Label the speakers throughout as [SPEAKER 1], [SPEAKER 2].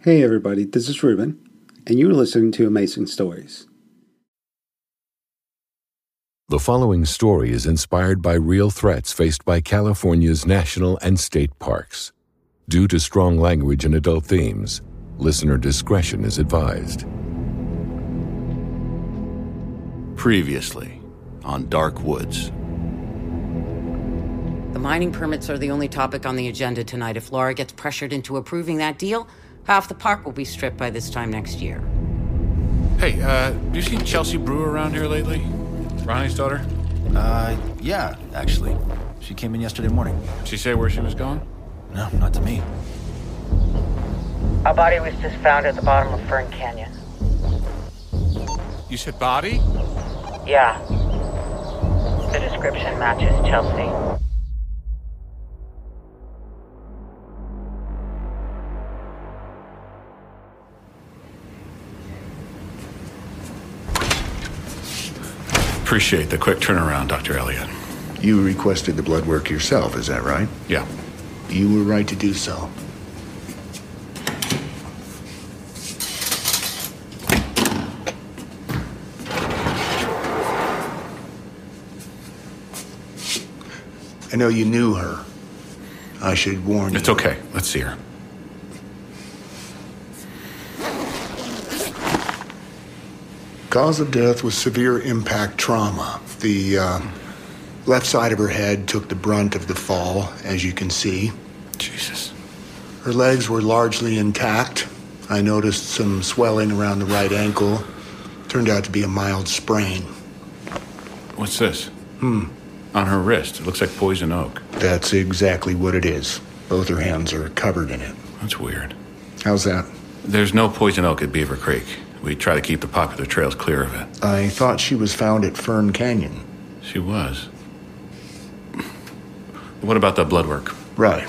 [SPEAKER 1] Hey, everybody, this is Ruben, and you're listening to Amazing Stories.
[SPEAKER 2] The following story is inspired by real threats faced by California's national and state parks. Due to strong language and adult themes, listener discretion is advised.
[SPEAKER 3] Previously on Dark Woods.
[SPEAKER 4] The mining permits are the only topic on the agenda tonight. If Laura gets pressured into approving that deal, half the park will be stripped by this time next year.
[SPEAKER 5] Hey, uh, have you seen Chelsea Brewer around here lately? Ronnie's daughter?
[SPEAKER 6] Uh, yeah, actually. She came in yesterday morning.
[SPEAKER 5] Did she say where she was going?
[SPEAKER 6] No, not to me.
[SPEAKER 7] A body was just found at the bottom of Fern Canyon.
[SPEAKER 5] You said body?
[SPEAKER 7] Yeah. The description matches Chelsea.
[SPEAKER 5] Appreciate the quick turnaround, Dr. Elliot.
[SPEAKER 8] You requested the blood work yourself, is that right?
[SPEAKER 5] Yeah.
[SPEAKER 8] You were right to do so. I know you knew her. I should warn you.
[SPEAKER 5] It's okay. Let's see her.
[SPEAKER 8] Cause of death was severe impact trauma. The uh, left side of her head took the brunt of the fall, as you can see.
[SPEAKER 5] Jesus.
[SPEAKER 8] Her legs were largely intact. I noticed some swelling around the right ankle. Turned out to be a mild sprain.
[SPEAKER 5] What's this? Hmm. On her wrist. It looks like poison oak.
[SPEAKER 8] That's exactly what it is. Both her hands are covered in it.
[SPEAKER 5] That's weird.
[SPEAKER 8] How's that?
[SPEAKER 5] There's no poison oak at Beaver Creek. We try to keep the popular trails clear of it.
[SPEAKER 8] I thought she was found at Fern Canyon.
[SPEAKER 5] She was. What about the blood work?
[SPEAKER 8] Right.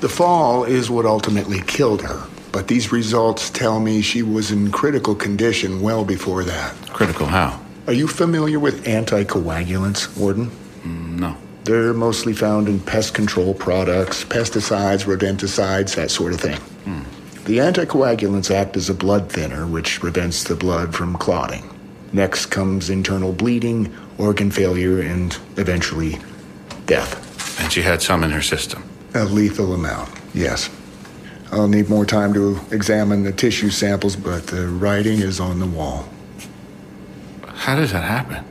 [SPEAKER 8] The fall is what ultimately killed her, but these results tell me she was in critical condition well before that.
[SPEAKER 5] Critical how?
[SPEAKER 8] Are you familiar with anticoagulants, Warden?
[SPEAKER 5] No.
[SPEAKER 8] They're mostly found in pest control products, pesticides, rodenticides, that sort of thing. The anticoagulants act as a blood thinner, which prevents the blood from clotting. Next comes internal bleeding, organ failure, and eventually death.
[SPEAKER 5] And she had some in her system.
[SPEAKER 8] A lethal amount, yes. I'll need more time to examine the tissue samples, but the writing is on the wall.
[SPEAKER 5] How does that happen?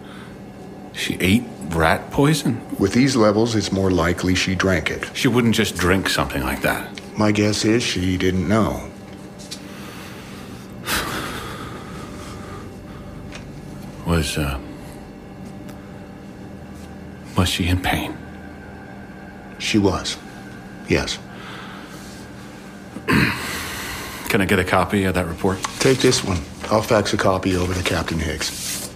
[SPEAKER 5] She ate rat poison?
[SPEAKER 8] With these levels, it's more likely she drank it.
[SPEAKER 5] She wouldn't just drink something like that.
[SPEAKER 8] My guess is she didn't know.
[SPEAKER 5] Was, uh. Was she in pain?
[SPEAKER 8] She was. Yes.
[SPEAKER 5] Can I get a copy of that report?
[SPEAKER 8] Take this one. I'll fax a copy over to Captain Hicks.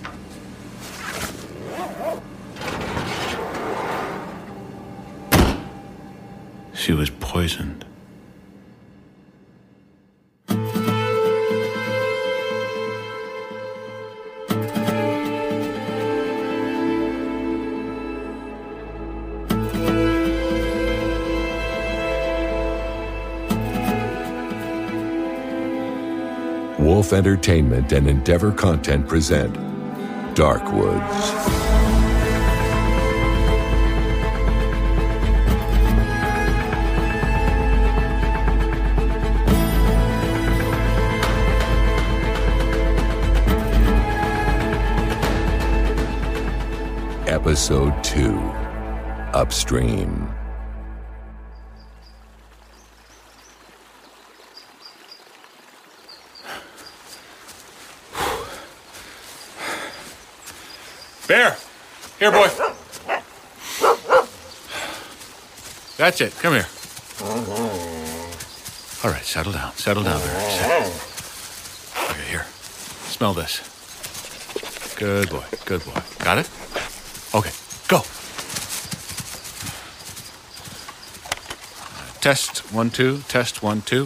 [SPEAKER 5] She was poisoned.
[SPEAKER 2] Wolf Entertainment and Endeavor Content present Dark Woods. Episode 2 Upstream.
[SPEAKER 5] Bear! Here, boy! That's it. Come here. All right, settle down. Settle down, Bear. Settle. Okay, here. Smell this. Good boy. Good boy. Got it? Okay, go. Test one, two. Test one, two.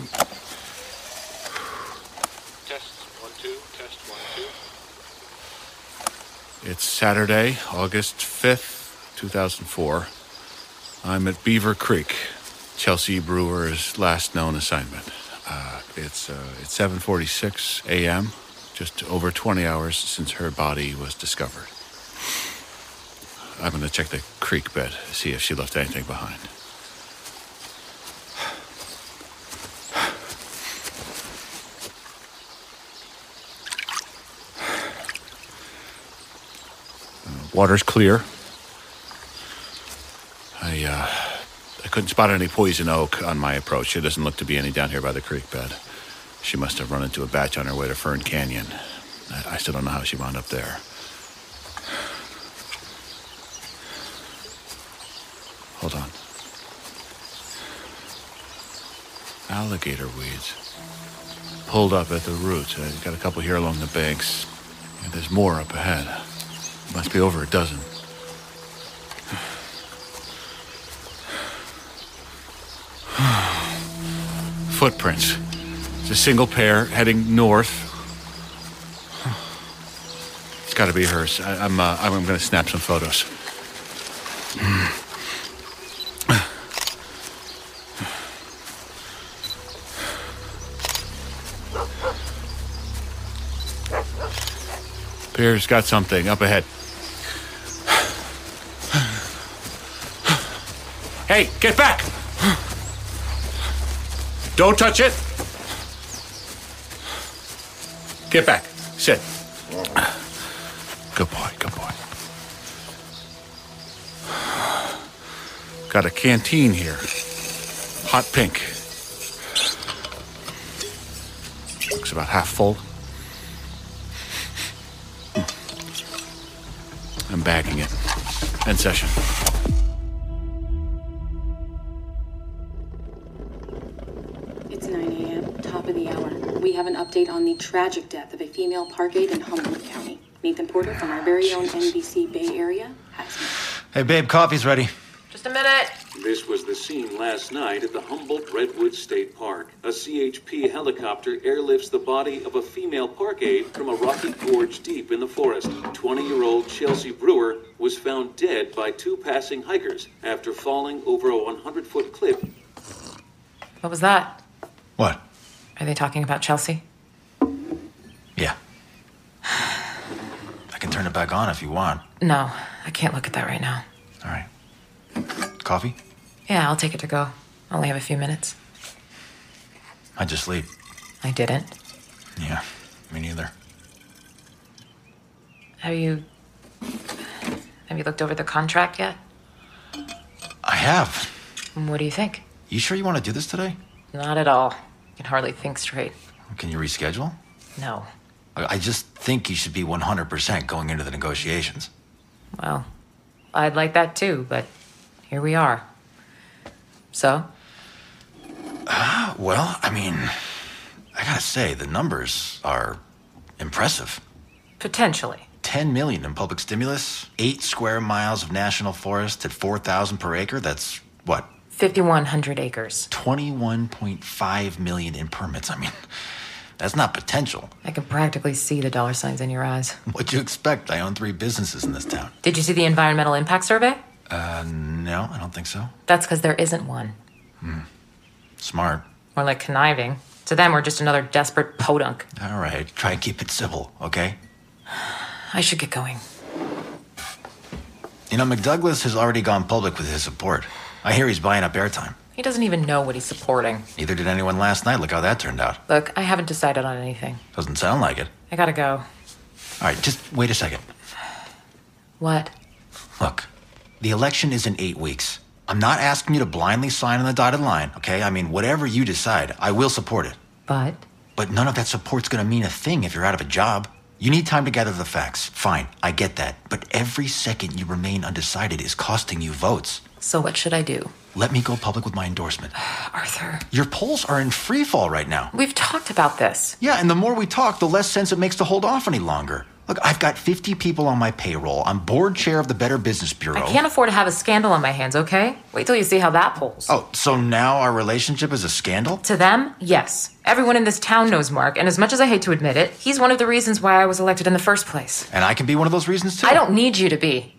[SPEAKER 9] Test one two, test one two.
[SPEAKER 5] It's Saturday, August 5th, 2004. I'm at Beaver Creek, Chelsea Brewer's last known assignment. Uh, it's uh, it's 7:46 a.m. Just over 20 hours since her body was discovered. I'm gonna check the creek bed, see if she left anything behind. Water's clear. I, uh, I couldn't spot any poison oak on my approach. There doesn't look to be any down here by the creek bed. She must have run into a batch on her way to Fern Canyon. I, I still don't know how she wound up there. Hold on. Alligator weeds. Pulled up at the root. I've got a couple here along the banks. And there's more up ahead. Must be over a dozen. Footprints. It's a single pair heading north. It's got to be hers. I, I'm, uh, I'm going to snap some photos. Pierre's got something up ahead. Hey, get back! Don't touch it! Get back. Sit. Good boy, good boy. Got a canteen here. Hot pink. Looks about half full. I'm bagging it. End session.
[SPEAKER 10] It's 9 a.m., top of the hour. We have an update on the tragic death of a female park aide in Humboldt County. Nathan Porter from our very own NBC Bay Area has more.
[SPEAKER 6] Hey, babe, coffee's ready.
[SPEAKER 11] Just a minute.
[SPEAKER 9] This was the scene last night at the Humboldt Redwood State Park. A CHP helicopter airlifts the body of a female park aide from a rocky gorge deep in the forest. 20 year old Chelsea Brewer was found dead by two passing hikers after falling over a 100 foot cliff
[SPEAKER 11] What was that?
[SPEAKER 6] What?
[SPEAKER 11] Are they talking about Chelsea?
[SPEAKER 6] Yeah. I can turn it back on if you want.
[SPEAKER 11] No, I can't look at that right now.
[SPEAKER 6] All right. Coffee?
[SPEAKER 11] Yeah, I'll take it to go. I only have a few minutes.
[SPEAKER 6] I just leave.
[SPEAKER 11] I didn't.
[SPEAKER 6] Yeah, me neither.
[SPEAKER 11] Have you. Have you looked over the contract yet?
[SPEAKER 6] I have.
[SPEAKER 11] What do you think?
[SPEAKER 6] You sure you want to do this today?
[SPEAKER 11] Not at all. I can hardly think straight.
[SPEAKER 6] Can you reschedule?
[SPEAKER 11] No.
[SPEAKER 6] I I just think you should be 100% going into the negotiations.
[SPEAKER 11] Well, I'd like that too, but here we are. So?
[SPEAKER 6] Well, I mean, I gotta say, the numbers are impressive.
[SPEAKER 11] Potentially.
[SPEAKER 6] 10 million in public stimulus, 8 square miles of national forest at 4,000 per acre. That's what?
[SPEAKER 11] 5,100 acres.
[SPEAKER 6] 21.5 million in permits. I mean, that's not potential.
[SPEAKER 11] I can practically see the dollar signs in your eyes.
[SPEAKER 6] What'd you expect? I own three businesses in this town.
[SPEAKER 11] Did you see the environmental impact survey?
[SPEAKER 6] Uh, no, I don't think so.
[SPEAKER 11] That's because there isn't one.
[SPEAKER 6] Smart.
[SPEAKER 11] More like conniving. To them, we're just another desperate podunk.
[SPEAKER 6] All right, try and keep it civil, okay?
[SPEAKER 11] I should get going.
[SPEAKER 6] You know, McDouglas has already gone public with his support. I hear he's buying up airtime.
[SPEAKER 11] He doesn't even know what he's supporting.
[SPEAKER 6] Neither did anyone last night. Look how that turned out.
[SPEAKER 11] Look, I haven't decided on anything.
[SPEAKER 6] Doesn't sound like it.
[SPEAKER 11] I gotta go.
[SPEAKER 6] All right, just wait a second.
[SPEAKER 11] What?
[SPEAKER 6] Look, the election is in eight weeks. I'm not asking you to blindly sign on the dotted line, okay? I mean, whatever you decide, I will support it.
[SPEAKER 11] But
[SPEAKER 6] But none of that support's gonna mean a thing if you're out of a job. You need time to gather the facts. Fine, I get that. But every second you remain undecided is costing you votes.
[SPEAKER 11] so what should I do?
[SPEAKER 6] Let me go public with my endorsement.
[SPEAKER 11] Arthur,
[SPEAKER 6] Your polls are in free fall right now.
[SPEAKER 11] we've talked about this.
[SPEAKER 6] Yeah, and the more we talk, the less sense it makes to hold off any longer. Look, I've got 50 people on my payroll. I'm board chair of the Better Business Bureau.
[SPEAKER 11] I can't afford to have a scandal on my hands, okay? Wait till you see how that pulls.
[SPEAKER 6] Oh, so now our relationship is a scandal?
[SPEAKER 11] To them, yes. Everyone in this town knows Mark, and as much as I hate to admit it, he's one of the reasons why I was elected in the first place.
[SPEAKER 6] And I can be one of those reasons too?
[SPEAKER 11] I don't need you to be.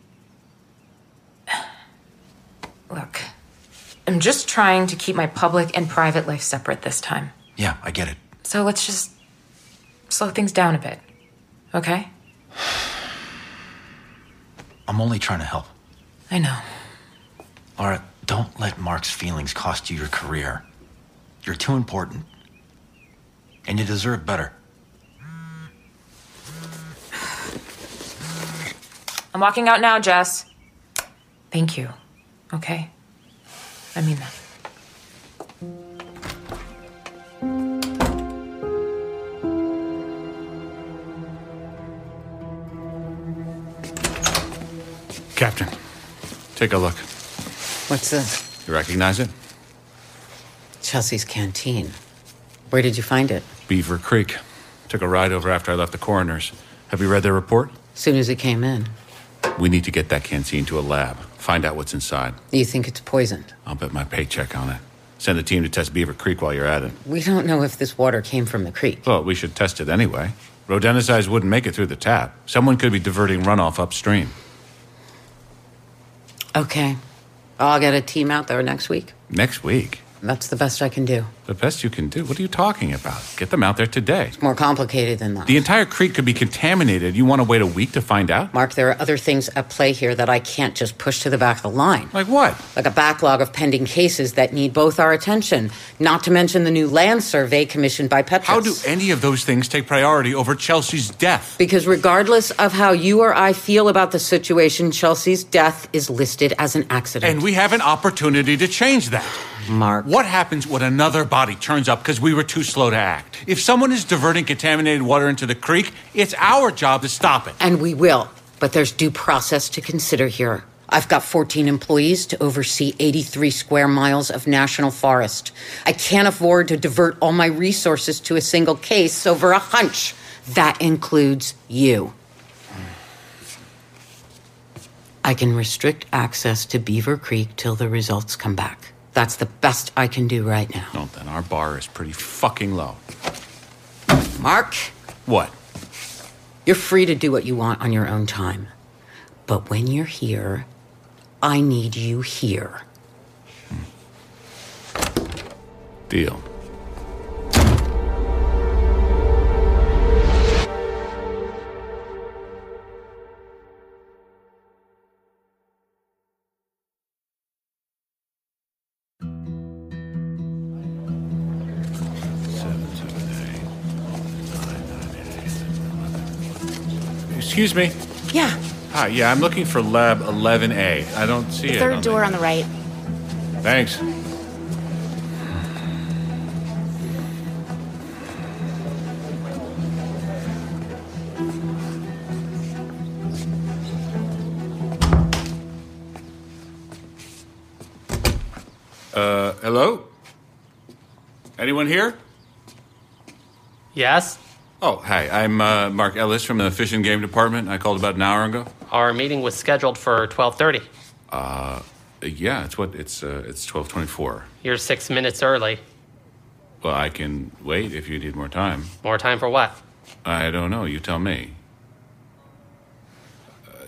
[SPEAKER 11] Look, I'm just trying to keep my public and private life separate this time.
[SPEAKER 6] Yeah, I get it.
[SPEAKER 12] So let's just slow things down a bit. Okay?
[SPEAKER 6] I'm only trying to help.
[SPEAKER 12] I know.
[SPEAKER 6] Laura, don't let Mark's feelings cost you your career. You're too important. And you deserve better.
[SPEAKER 12] I'm walking out now, Jess. Thank you. Okay? I mean that.
[SPEAKER 5] Captain, take a look.
[SPEAKER 4] What's this?
[SPEAKER 5] You recognize it?
[SPEAKER 4] Chelsea's canteen. Where did you find it?
[SPEAKER 5] Beaver Creek. Took a ride over after I left the coroner's. Have you read their report?
[SPEAKER 4] Soon as it came in.
[SPEAKER 5] We need to get that canteen to a lab, find out what's inside.
[SPEAKER 4] You think it's poisoned?
[SPEAKER 5] I'll bet my paycheck on it. Send a team to test Beaver Creek while you're at it.
[SPEAKER 4] We don't know if this water came from the creek.
[SPEAKER 5] Well, we should test it anyway. Rodenticides wouldn't make it through the tap. Someone could be diverting runoff upstream.
[SPEAKER 4] Okay. I'll get a team out there next week.
[SPEAKER 5] Next week?
[SPEAKER 4] That's the best I can do.
[SPEAKER 5] The best you can do? What are you talking about? Get them out there today.
[SPEAKER 4] More complicated than that.
[SPEAKER 5] The entire creek could be contaminated. You want to wait a week to find out?
[SPEAKER 4] Mark, there are other things at play here that I can't just push to the back of the line.
[SPEAKER 5] Like what?
[SPEAKER 4] Like a backlog of pending cases that need both our attention, not to mention the new land survey commissioned by Petrus.
[SPEAKER 5] How do any of those things take priority over Chelsea's death?
[SPEAKER 4] Because regardless of how you or I feel about the situation, Chelsea's death is listed as an accident.
[SPEAKER 5] And we have an opportunity to change that.
[SPEAKER 4] Mark.
[SPEAKER 5] What happens when another body turns up because we were too slow to act? If someone is diverting contaminated water into the creek, it's our job to stop it.
[SPEAKER 4] And we will, but there's due process to consider here. I've got 14 employees to oversee 83 square miles of national forest. I can't afford to divert all my resources to a single case over a hunch. That includes you. I can restrict access to Beaver Creek till the results come back. That's the best I can do right now.
[SPEAKER 5] Well, then our bar is pretty fucking low.
[SPEAKER 4] Mark,
[SPEAKER 5] What?
[SPEAKER 4] you're free to do what you want on your own time. But when you're here, I need you here.
[SPEAKER 5] Deal. Excuse me.
[SPEAKER 13] Yeah,
[SPEAKER 5] Hi, yeah, I'm looking for lab 11A. I don't see
[SPEAKER 13] the
[SPEAKER 5] it.
[SPEAKER 13] third
[SPEAKER 5] on
[SPEAKER 13] door on the right.
[SPEAKER 5] the- Thanks. Uh, hello? Anyone here?
[SPEAKER 14] Yes?
[SPEAKER 5] Oh, hi. I'm uh, Mark Ellis from the Fish and Game Department. I called about an hour ago.
[SPEAKER 14] Our meeting was scheduled for 12:30.
[SPEAKER 5] Uh, yeah, it's what it's uh, it's twelve twenty four.
[SPEAKER 14] You're 6 minutes early.
[SPEAKER 5] Well, I can wait if you need more time.
[SPEAKER 14] More time for what?
[SPEAKER 5] I don't know. You tell me. Uh,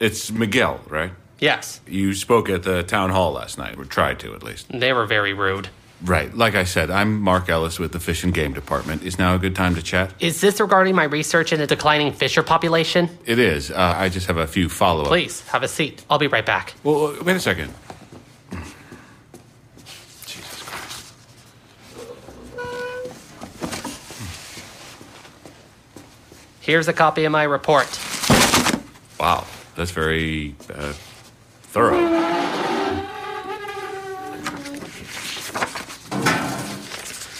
[SPEAKER 5] It's Miguel, right?
[SPEAKER 14] Yes.
[SPEAKER 5] You spoke at the town hall last night, or tried to at least.
[SPEAKER 14] They were very rude.
[SPEAKER 5] Right. Like I said, I'm Mark Ellis with the Fish and Game Department. Is now a good time to chat?
[SPEAKER 14] Is this regarding my research into declining fisher population?
[SPEAKER 5] It is. Uh, I just have a few follow up.
[SPEAKER 14] Please have a seat. I'll be right back.
[SPEAKER 5] Well, uh, wait a second.
[SPEAKER 14] Here's a copy of my report.
[SPEAKER 5] Wow, that's very uh, thorough.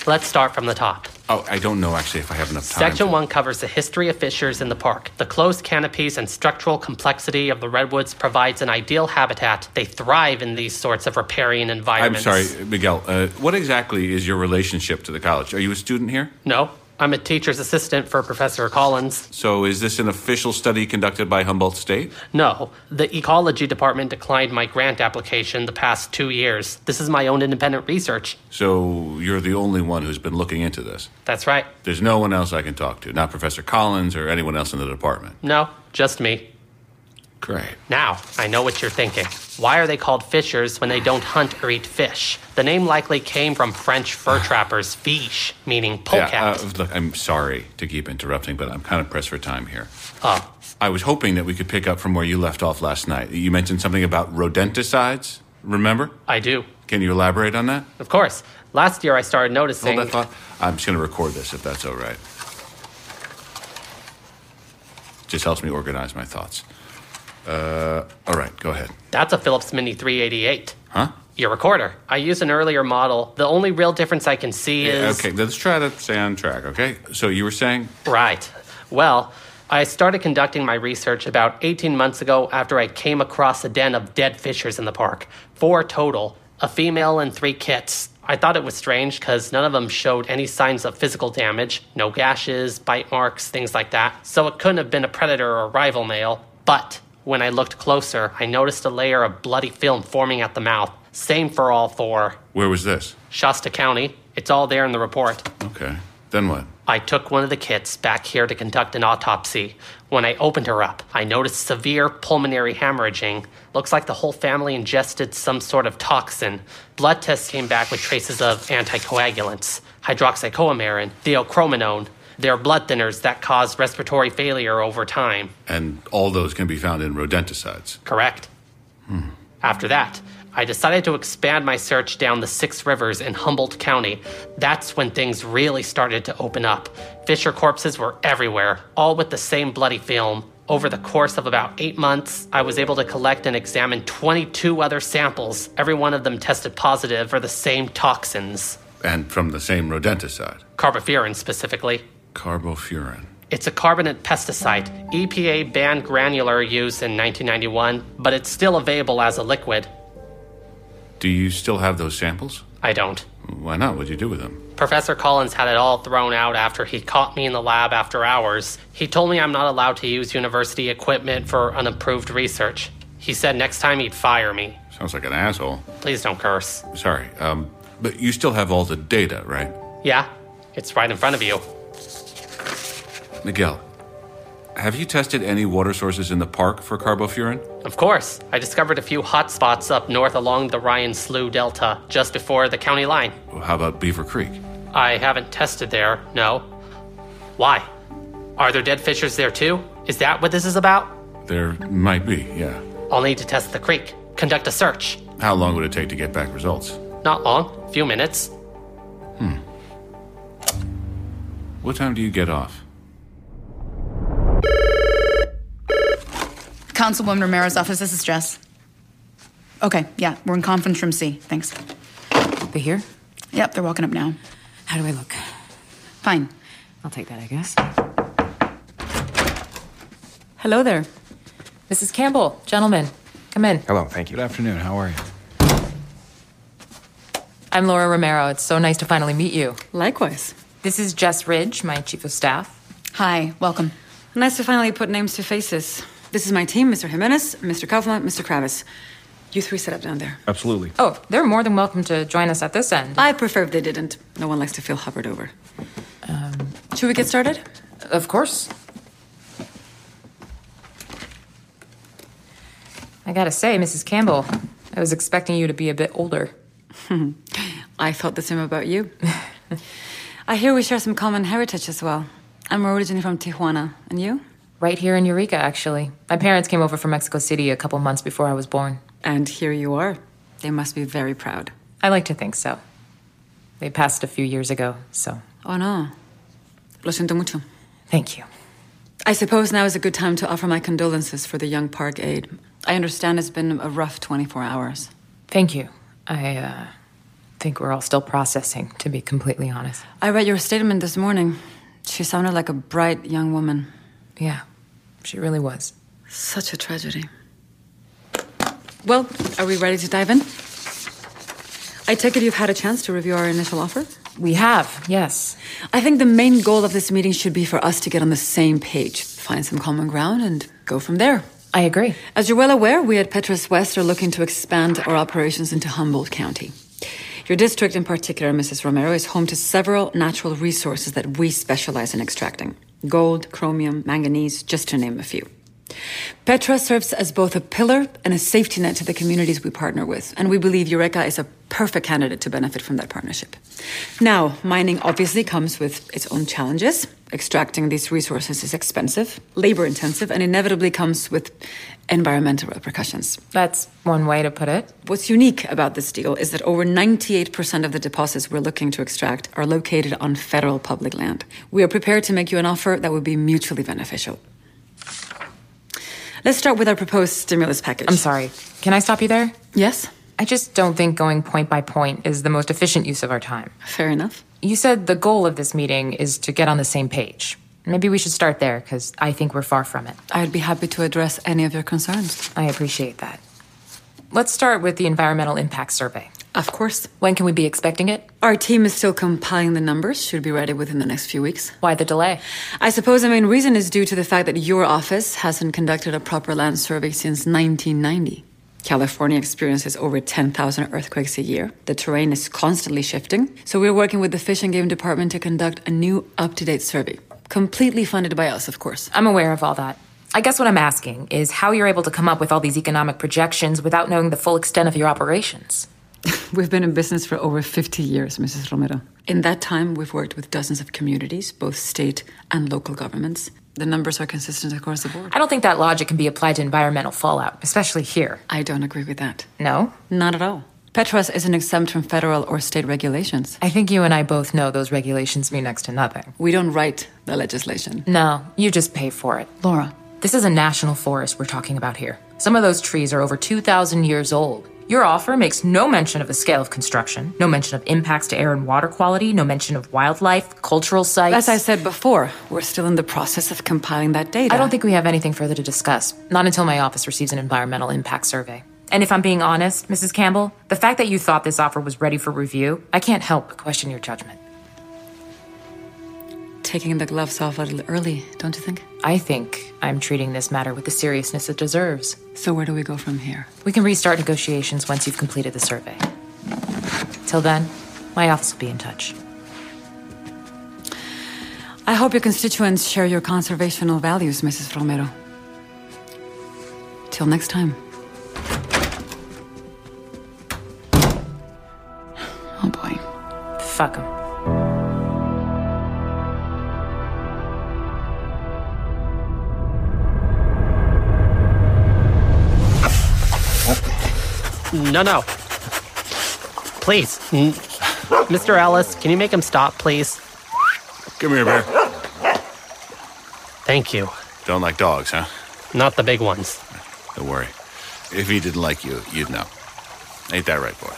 [SPEAKER 14] Let's start from the top.
[SPEAKER 5] Oh, I don't know actually if I have enough time.
[SPEAKER 14] Section 1 covers the history of fissures in the park. The closed canopies and structural complexity of the redwoods provides an ideal habitat. They thrive in these sorts of riparian
[SPEAKER 5] I'm
[SPEAKER 14] environments.
[SPEAKER 5] sorry, Miguel. Uh, what exactly is your relationship to the college? Are you a student here?
[SPEAKER 14] No, I'm a teacher's assistant for Professor Collins.
[SPEAKER 5] So, is this an official study conducted by Humboldt State?
[SPEAKER 14] No, the ecology department declined my grant application the past two years. This is my own independent research.
[SPEAKER 5] So, you're the only one who's been looking into this.
[SPEAKER 14] That's right.
[SPEAKER 5] There's no one else I can talk to, not Professor Collins or anyone else in the department.
[SPEAKER 14] No, just me.
[SPEAKER 5] Great.
[SPEAKER 14] Now, I know what you're thinking. Why are they called fishers when they don't hunt or eat fish? The name likely came from French fur trappers, fiche, meaning polecat.
[SPEAKER 5] Yeah, uh, look, I'm sorry to keep interrupting, but I'm kind of pressed for time here.
[SPEAKER 14] Oh.
[SPEAKER 5] I was hoping that we could pick up from where you left off last night. You mentioned something about rodenticides, remember?
[SPEAKER 14] I do.
[SPEAKER 5] Can you elaborate on that?
[SPEAKER 14] Of course. Last year I started noticing.
[SPEAKER 5] Hold that thought. I'm just going to record this if that's all right. Just helps me organize my thoughts. Uh, all right, go ahead.
[SPEAKER 14] That's a Philips Mini 388.
[SPEAKER 5] Huh?
[SPEAKER 14] Your recorder. I used an earlier model. The only real difference I can see
[SPEAKER 5] Yeah,
[SPEAKER 14] is.
[SPEAKER 5] Okay, let's try to stay on track, okay? So you were saying
[SPEAKER 14] Right. Well, I started conducting my research about 18 months ago after I came across a den of dead fishers in the park. Four total a female and three kits. I thought it was strange because none of them showed any signs of physical damage no gashes, bite marks, things like that. So it couldn't have been a predator or rival male. But when I looked closer, I noticed a layer of bloody film forming at the mouth. Same for all four.
[SPEAKER 5] where was this?
[SPEAKER 14] Shasta County. It's all there in the report.
[SPEAKER 5] Okay. Then what?
[SPEAKER 14] I took one of the kits back here to conduct an autopsy. When I opened her up, I noticed severe pulmonary hemorrhaging. Looks like the whole family ingested some sort of toxin. Blood tests came back with traces of anticoagulants, hydroxycoamarin, theochrominone. They're blood thinners that cause respiratory failure over time.
[SPEAKER 5] And all those can be found in rodenticides.
[SPEAKER 14] Correct. After that, I decided to expand my search down the Six Rivers in Humboldt County. That's when things really started to open up. Fisher corpses were everywhere, all with the same bloody film. Over the course of about eight months, I was able to collect and examine 22 other samples. Every one of them tested positive for the same toxins,
[SPEAKER 5] And from the same rodenticide.
[SPEAKER 14] carbofurin specifically.
[SPEAKER 5] Carbofurin.
[SPEAKER 14] It's a carbonate pesticide, E EPA banned granular use in 1991, but it's still available as a liquid.
[SPEAKER 5] Do you still have those samples?
[SPEAKER 14] I don't.
[SPEAKER 5] Why not? What'd you do with them?
[SPEAKER 14] Professor Collins had it all thrown out after he caught me in the lab after hours. He told me I'm not allowed to use university equipment for unapproved research. He said next time he'd fire me.
[SPEAKER 5] Sounds like an asshole.
[SPEAKER 14] Please don't curse.
[SPEAKER 5] Sorry. Um, but you still have all the data, right?
[SPEAKER 14] Yeah, it's right in front of you.
[SPEAKER 5] Miguel, have you tested any water sources in the park for carbofurin?
[SPEAKER 14] Of course, I discovered a few hot spots up north along the Ryan Slough Delta just before the county line.
[SPEAKER 5] How about Beaver Creek?
[SPEAKER 14] I haven't tested there, no. Why? Are there dead fishers there too? Is that what this is about?
[SPEAKER 5] There might be, yeah.
[SPEAKER 14] I'll need to test the creek, conduct a search.
[SPEAKER 5] How long would it take to get back results?
[SPEAKER 14] Not long, a few minutes.
[SPEAKER 5] What time do you get off?
[SPEAKER 13] Councilwoman Romero's office, this is Jess. Okay, yeah, we're in conference room C. Thanks.
[SPEAKER 11] Over here?
[SPEAKER 13] Yep, they're walking up now.
[SPEAKER 11] How do I look?
[SPEAKER 13] Fine.
[SPEAKER 11] I'll take that, I guess. Hello there. Mrs. Campbell, gentlemen, come in.
[SPEAKER 15] Hello, thank you. Good afternoon. How are you?
[SPEAKER 11] I'm Laura Romero. It's so nice to finally meet you. Likewise. This is Jess Ridge, my chief of staff.
[SPEAKER 13] Hi, welcome.
[SPEAKER 16] Nice to finally put names to faces. This is my team Mr. Jimenez, Mr. Kaufman, Mr. Kravis. You three set up down there.
[SPEAKER 15] Absolutely.
[SPEAKER 11] Oh, they're more than welcome to join us at this end.
[SPEAKER 16] I prefer if they didn't. No one likes to feel hovered over.
[SPEAKER 11] Um,
[SPEAKER 16] Should we get started?
[SPEAKER 11] Of course. I gotta say, Mrs. Campbell, I was expecting you to be a bit older.
[SPEAKER 16] I thought the same about you. I hear we share some common heritage as well. I'm originally from Tijuana, and you?
[SPEAKER 11] Right here in Eureka, actually. My parents came over from Mexico City a couple months before I was born.
[SPEAKER 16] And here you are. They must be very proud.
[SPEAKER 11] I like to think so. They passed a few years ago, so.
[SPEAKER 16] Oh no. Lo siento mucho.
[SPEAKER 11] Thank you.
[SPEAKER 16] I suppose now is a good time to offer my condolences for the young park aid. I understand it's been a rough 24 hours.
[SPEAKER 11] Thank you. I uh, think we're all still processing, to be completely honest.
[SPEAKER 16] I read your statement this morning. Mm. She sounded like a bright young woman.
[SPEAKER 11] Yeah, she really was.
[SPEAKER 16] Such a tragedy. Well, are we ready to dive in? I take it you've had a chance to review our initial offer?
[SPEAKER 11] We have, yes.
[SPEAKER 16] I think the main goal of this meeting should be for us to get on the same page, find some common ground, and go from there.
[SPEAKER 11] I agree.
[SPEAKER 16] As you're well aware, we at Petrus West are looking to expand our operations into Humboldt County. Your district, in particular, Mrs. Romero, is home to several natural resources that we specialize in extracting gold, chromium, manganese, just to name a few. Petra serves as both a pillar and a safety net to the communities we partner with, and we believe Eureka is a perfect candidate to benefit from that partnership. Now, mining obviously comes with its own challenges. Extracting these resources is expensive, labor intensive, and inevitably comes with environmental repercussions.
[SPEAKER 11] That's one way to put it.
[SPEAKER 16] What's unique about this deal is that over 98% of the deposits we're looking to extract are located on federal public land. We are prepared to make you an offer that would be mutually beneficial. Let's start with our proposed stimulus package.
[SPEAKER 11] I'm sorry. Can I stop you there?
[SPEAKER 16] Yes.
[SPEAKER 11] I just don't think going point by point is the most efficient use of our time.
[SPEAKER 16] Fair enough.
[SPEAKER 11] You said the goal of this meeting is to get on the same page. Maybe we should start there because I think we're far from it.
[SPEAKER 16] I'd be happy to address any of your concerns.
[SPEAKER 11] I appreciate that. Let's start with the environmental impact survey.
[SPEAKER 16] Of course.
[SPEAKER 11] When can we be expecting it?
[SPEAKER 16] Our team is still compiling the numbers, should be ready within the next few weeks.
[SPEAKER 11] Why the delay?
[SPEAKER 16] I suppose the main reason is due to the fact that your office hasn't conducted a proper land survey since 1990. California experiences over 10,000 earthquakes a year. The terrain is constantly shifting, so we're working with the Fish and Game Department to conduct a new up to date survey. Completely funded by us, of course.
[SPEAKER 11] I'm aware of all that. I guess what I'm asking is how you're able to come up with all these economic projections without knowing the full extent of your operations.
[SPEAKER 16] We've been in business for over 50 years, Mrs. Romero. In that time, we've worked with dozens of communities, both state and local governments. The numbers are consistent across the board.
[SPEAKER 11] I don't think that logic can be applied to environmental fallout, especially here.
[SPEAKER 16] I don't agree with that.
[SPEAKER 11] No?
[SPEAKER 16] Not at all. Petras isn't exempt from federal or state regulations.
[SPEAKER 11] I think you and I both know those regulations mean next to nothing.
[SPEAKER 16] We don't write the legislation.
[SPEAKER 11] No, you just pay for it.
[SPEAKER 16] Laura.
[SPEAKER 11] This is a national forest we're talking about here. Some of those trees are over 2,000 years old. Your offer makes no mention of the scale of construction, no mention of impacts to air and water quality, no mention of wildlife, cultural sites.
[SPEAKER 16] As I said before, we're still in the process of compiling that data.
[SPEAKER 11] I don't think we have anything further to discuss, not until my office receives an environmental impact survey. And if I'm being honest, Mrs. Campbell, the fact that you thought this offer was ready for review, I can't help but question your judgment.
[SPEAKER 16] Taking the gloves off a little early, don't you think?
[SPEAKER 11] I think I'm treating this matter with the seriousness it deserves.
[SPEAKER 16] So, where do we go from here?
[SPEAKER 11] We can restart negotiations once you've completed the survey. Till then, my office will be in touch.
[SPEAKER 16] I hope your constituents share your conservational values, Mrs. Romero. Till next time. Oh boy.
[SPEAKER 11] Fuck him.
[SPEAKER 14] No, no. Please. N- Mr. Ellis, can you make him stop, please?
[SPEAKER 5] Come here, bear.
[SPEAKER 14] Thank you.
[SPEAKER 5] Don't like dogs, huh?
[SPEAKER 14] Not the big ones.
[SPEAKER 5] Don't worry. If he didn't like you, you'd know. Ain't that right, boy?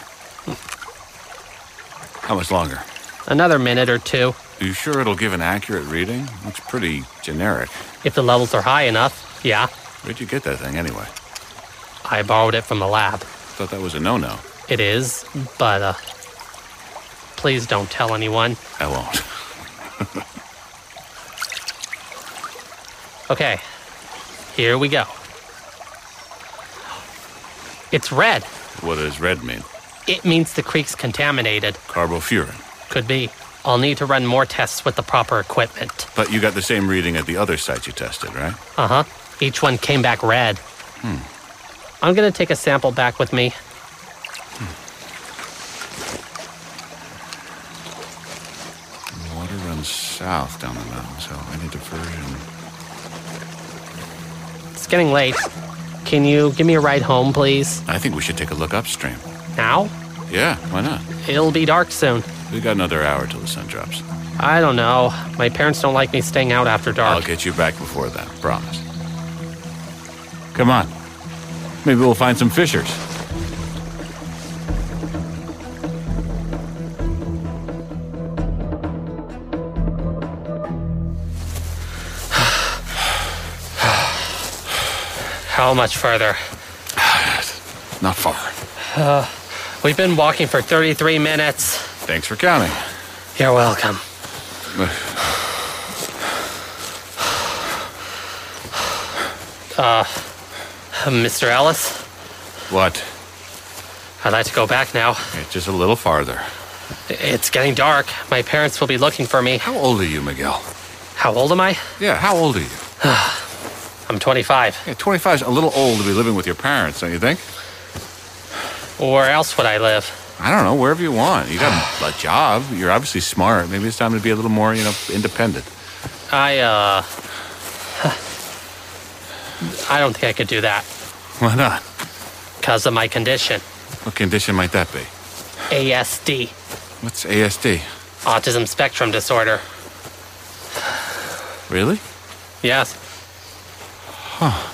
[SPEAKER 5] How much longer?
[SPEAKER 14] Another minute or two.
[SPEAKER 5] Are you sure it'll give an accurate reading? It's pretty generic.
[SPEAKER 14] If the levels are high enough, yeah.
[SPEAKER 5] Where'd you get that thing anyway?
[SPEAKER 14] I borrowed it from the lab.
[SPEAKER 5] Thought that was a no-no.
[SPEAKER 14] It is, but uh, please don't tell anyone.
[SPEAKER 5] I won't.
[SPEAKER 14] Okay, here we go. It's red.
[SPEAKER 5] What does red mean?
[SPEAKER 14] It means the creek's contaminated.
[SPEAKER 5] Carbofurin.
[SPEAKER 14] Could be. I'll need to run more tests with the proper equipment.
[SPEAKER 5] But you got the same reading at the other site you tested, right?
[SPEAKER 14] Uh huh. Each one came back red.
[SPEAKER 5] Hmm.
[SPEAKER 14] I'm gonna take a sample back with me.
[SPEAKER 5] The water runs south down the mountain, so any diversion.
[SPEAKER 14] It's getting late. Can you give me a ride home, please?
[SPEAKER 5] I think we should take a look upstream.
[SPEAKER 14] Now?
[SPEAKER 5] Yeah, why not?
[SPEAKER 14] It'll be dark soon.
[SPEAKER 5] We got another hour till the sun drops.
[SPEAKER 14] I don't know. My parents don't like me staying out after
[SPEAKER 5] I'll
[SPEAKER 14] dark.
[SPEAKER 5] get you back before that, promise. Come on. Maybe we'll find some fishers.
[SPEAKER 14] How much further?
[SPEAKER 5] Not far.
[SPEAKER 14] Uh, we've been walking for 33 minutes.
[SPEAKER 5] Thanks for counting.
[SPEAKER 14] You're welcome. Uh, Mr. Ellis,
[SPEAKER 5] What?
[SPEAKER 14] I'd like to go back now.
[SPEAKER 5] Eh, Just a little farther.
[SPEAKER 14] It's getting dark. My parents will be looking for me.
[SPEAKER 5] How old are you, Miguel?
[SPEAKER 14] How old am I?
[SPEAKER 5] Yeah, how old are you?
[SPEAKER 14] I'm 25.
[SPEAKER 5] Yeah, 25 is a little old to be living with your parents, don't you think?
[SPEAKER 14] Where else would I live?
[SPEAKER 5] I don't know, wherever you want. You got a job. You're obviously smart. Maybe it's time to be a little more, you know, independent.
[SPEAKER 14] I, uh. I don't think I could do that
[SPEAKER 5] Why not?
[SPEAKER 14] because of my condition
[SPEAKER 5] What condition might that be?
[SPEAKER 14] ASD,
[SPEAKER 5] What's ASD?
[SPEAKER 14] Autism Spectrum Disorder.
[SPEAKER 5] Really?
[SPEAKER 14] Yes.
[SPEAKER 5] Huh.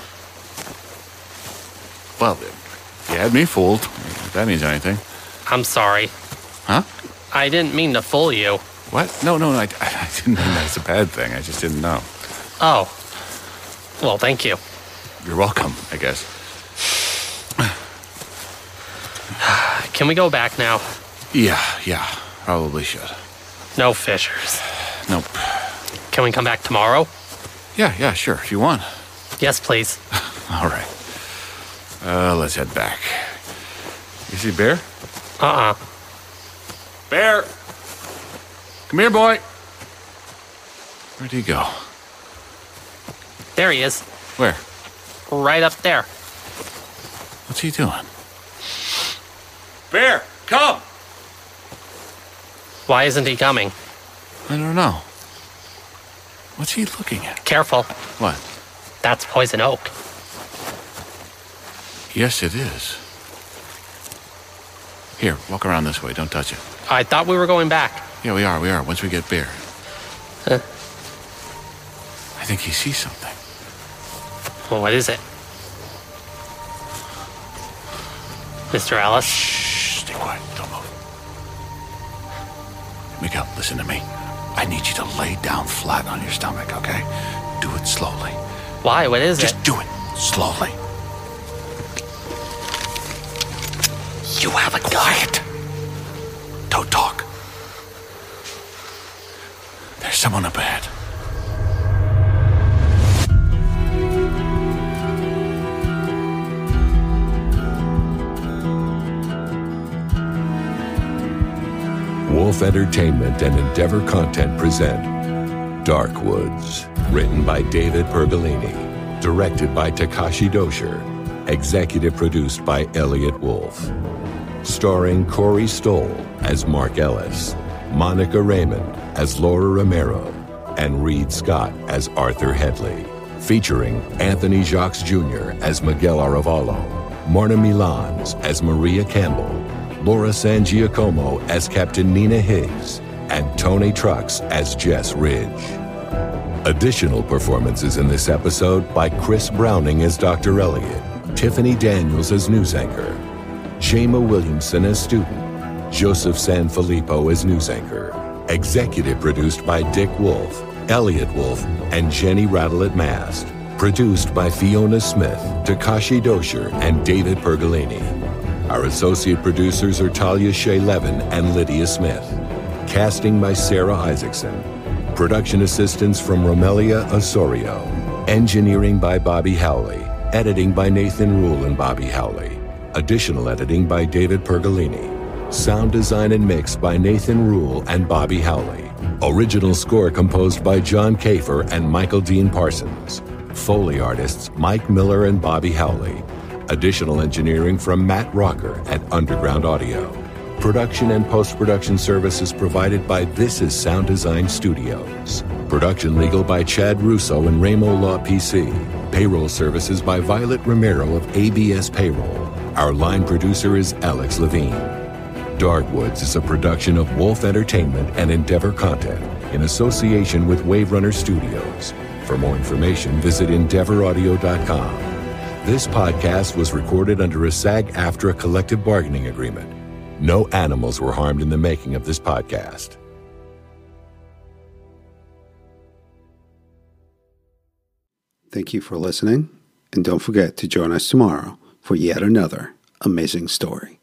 [SPEAKER 5] Well, you had me fooled. If that means anything.
[SPEAKER 14] I'm sorry.
[SPEAKER 5] Huh?
[SPEAKER 14] I didn't mean to fool you.
[SPEAKER 5] What? No, no, no. I, I didn't mean that's a bad thing. I just didn't know.
[SPEAKER 14] Oh. Well, thank you.
[SPEAKER 5] You're welcome, I guess.
[SPEAKER 14] Can we go back now?
[SPEAKER 5] Yeah, yeah. Probably should.
[SPEAKER 14] No fissures.
[SPEAKER 5] Nope.
[SPEAKER 14] Can we come back tomorrow?
[SPEAKER 5] Yeah, yeah, sure, if you want.
[SPEAKER 14] Yes, please.
[SPEAKER 5] All right. Uh, let's head back. You see Bear?
[SPEAKER 14] Uh uh
[SPEAKER 5] Bear! Come here, boy! Where'd he go?
[SPEAKER 14] There he is,
[SPEAKER 5] Where?
[SPEAKER 14] right up there.
[SPEAKER 5] What's he doing? Bear, come!
[SPEAKER 14] Why isn't he coming?
[SPEAKER 5] I don't know. What's he looking at?
[SPEAKER 14] Careful,
[SPEAKER 5] What?
[SPEAKER 14] that's poison oak.
[SPEAKER 5] Yes, it is. Here, walk around this way. Don't touch it.
[SPEAKER 14] I thought we were going back.
[SPEAKER 5] Yeah, we are. We are. Once we get Bear.
[SPEAKER 14] Huh.
[SPEAKER 5] I think he sees something.
[SPEAKER 14] Well, what is it? Mr. Alice?
[SPEAKER 5] Shh, stay quiet. Don't move. Miguel, listen to me. I need you to lay down flat on your stomach, okay? Do it slowly.
[SPEAKER 14] Why? What is
[SPEAKER 5] Just
[SPEAKER 14] it?
[SPEAKER 5] do it slowly. You have a quiet. Don't talk. There's someone up ahead.
[SPEAKER 2] Wolf Entertainment and Endeavor Content present Dark Woods, written by David Pergolini, directed by Takashi Dosher, executive produced by Elliot Wolf. Starring Corey Stoll as Mark Ellis, Monica Raymond as Laura Romero, and Reed Scott as Arthur Headley. Featuring Anthony Jacques Jr. as Miguel Aravallo, Marta Milans as Maria Campbell, Laura San Giacomo as Captain Nina Higgs, and Tony Trucks as Jess Ridge. Additional performances in this episode by Chris Browning as Dr. Elliot, Tiffany Daniels as news anchor, Shema Williamson as student, Joseph Sanfilippo as news anchor. Executive produced by Dick Wolf, Elliot Wolf, and Jenny Rattlett Mast. Produced by Fiona Smith, Takashi Dosher, and David Pergolini. Our associate producers are Talia Shea Levin and Lydia Smith. Casting by Sarah Isaacson. Production assistance from Romelia Osorio. Engineering by Bobby Howley. Editing by Nathan Rule and Bobby Howley. Additional editing by David Pergolini. Sound design and mix by Nathan Rule and Bobby Howley. Original score composed by John Kafer and Michael Dean Parsons. Foley artists Mike Miller and Bobby Howley. Additional engineering from Matt Rocker at Underground Audio. Production and post production services provided by This Is Sound Design Studios. Production legal by Chad Russo and Ramo Law PC. Payroll services by Violet Romero of ABS Payroll. Our line producer is Alex Levine. Dark Woods is a production of Wolf Entertainment and Endeavor Content in association with Wave Runner Studios. For more information, visit endeavoraudio.com. This podcast was recorded under a SAG AFTRA collective bargaining agreement. No animals were harmed in the making of this podcast.
[SPEAKER 1] Thank you for listening, and don't forget to join us tomorrow for yet another amazing story.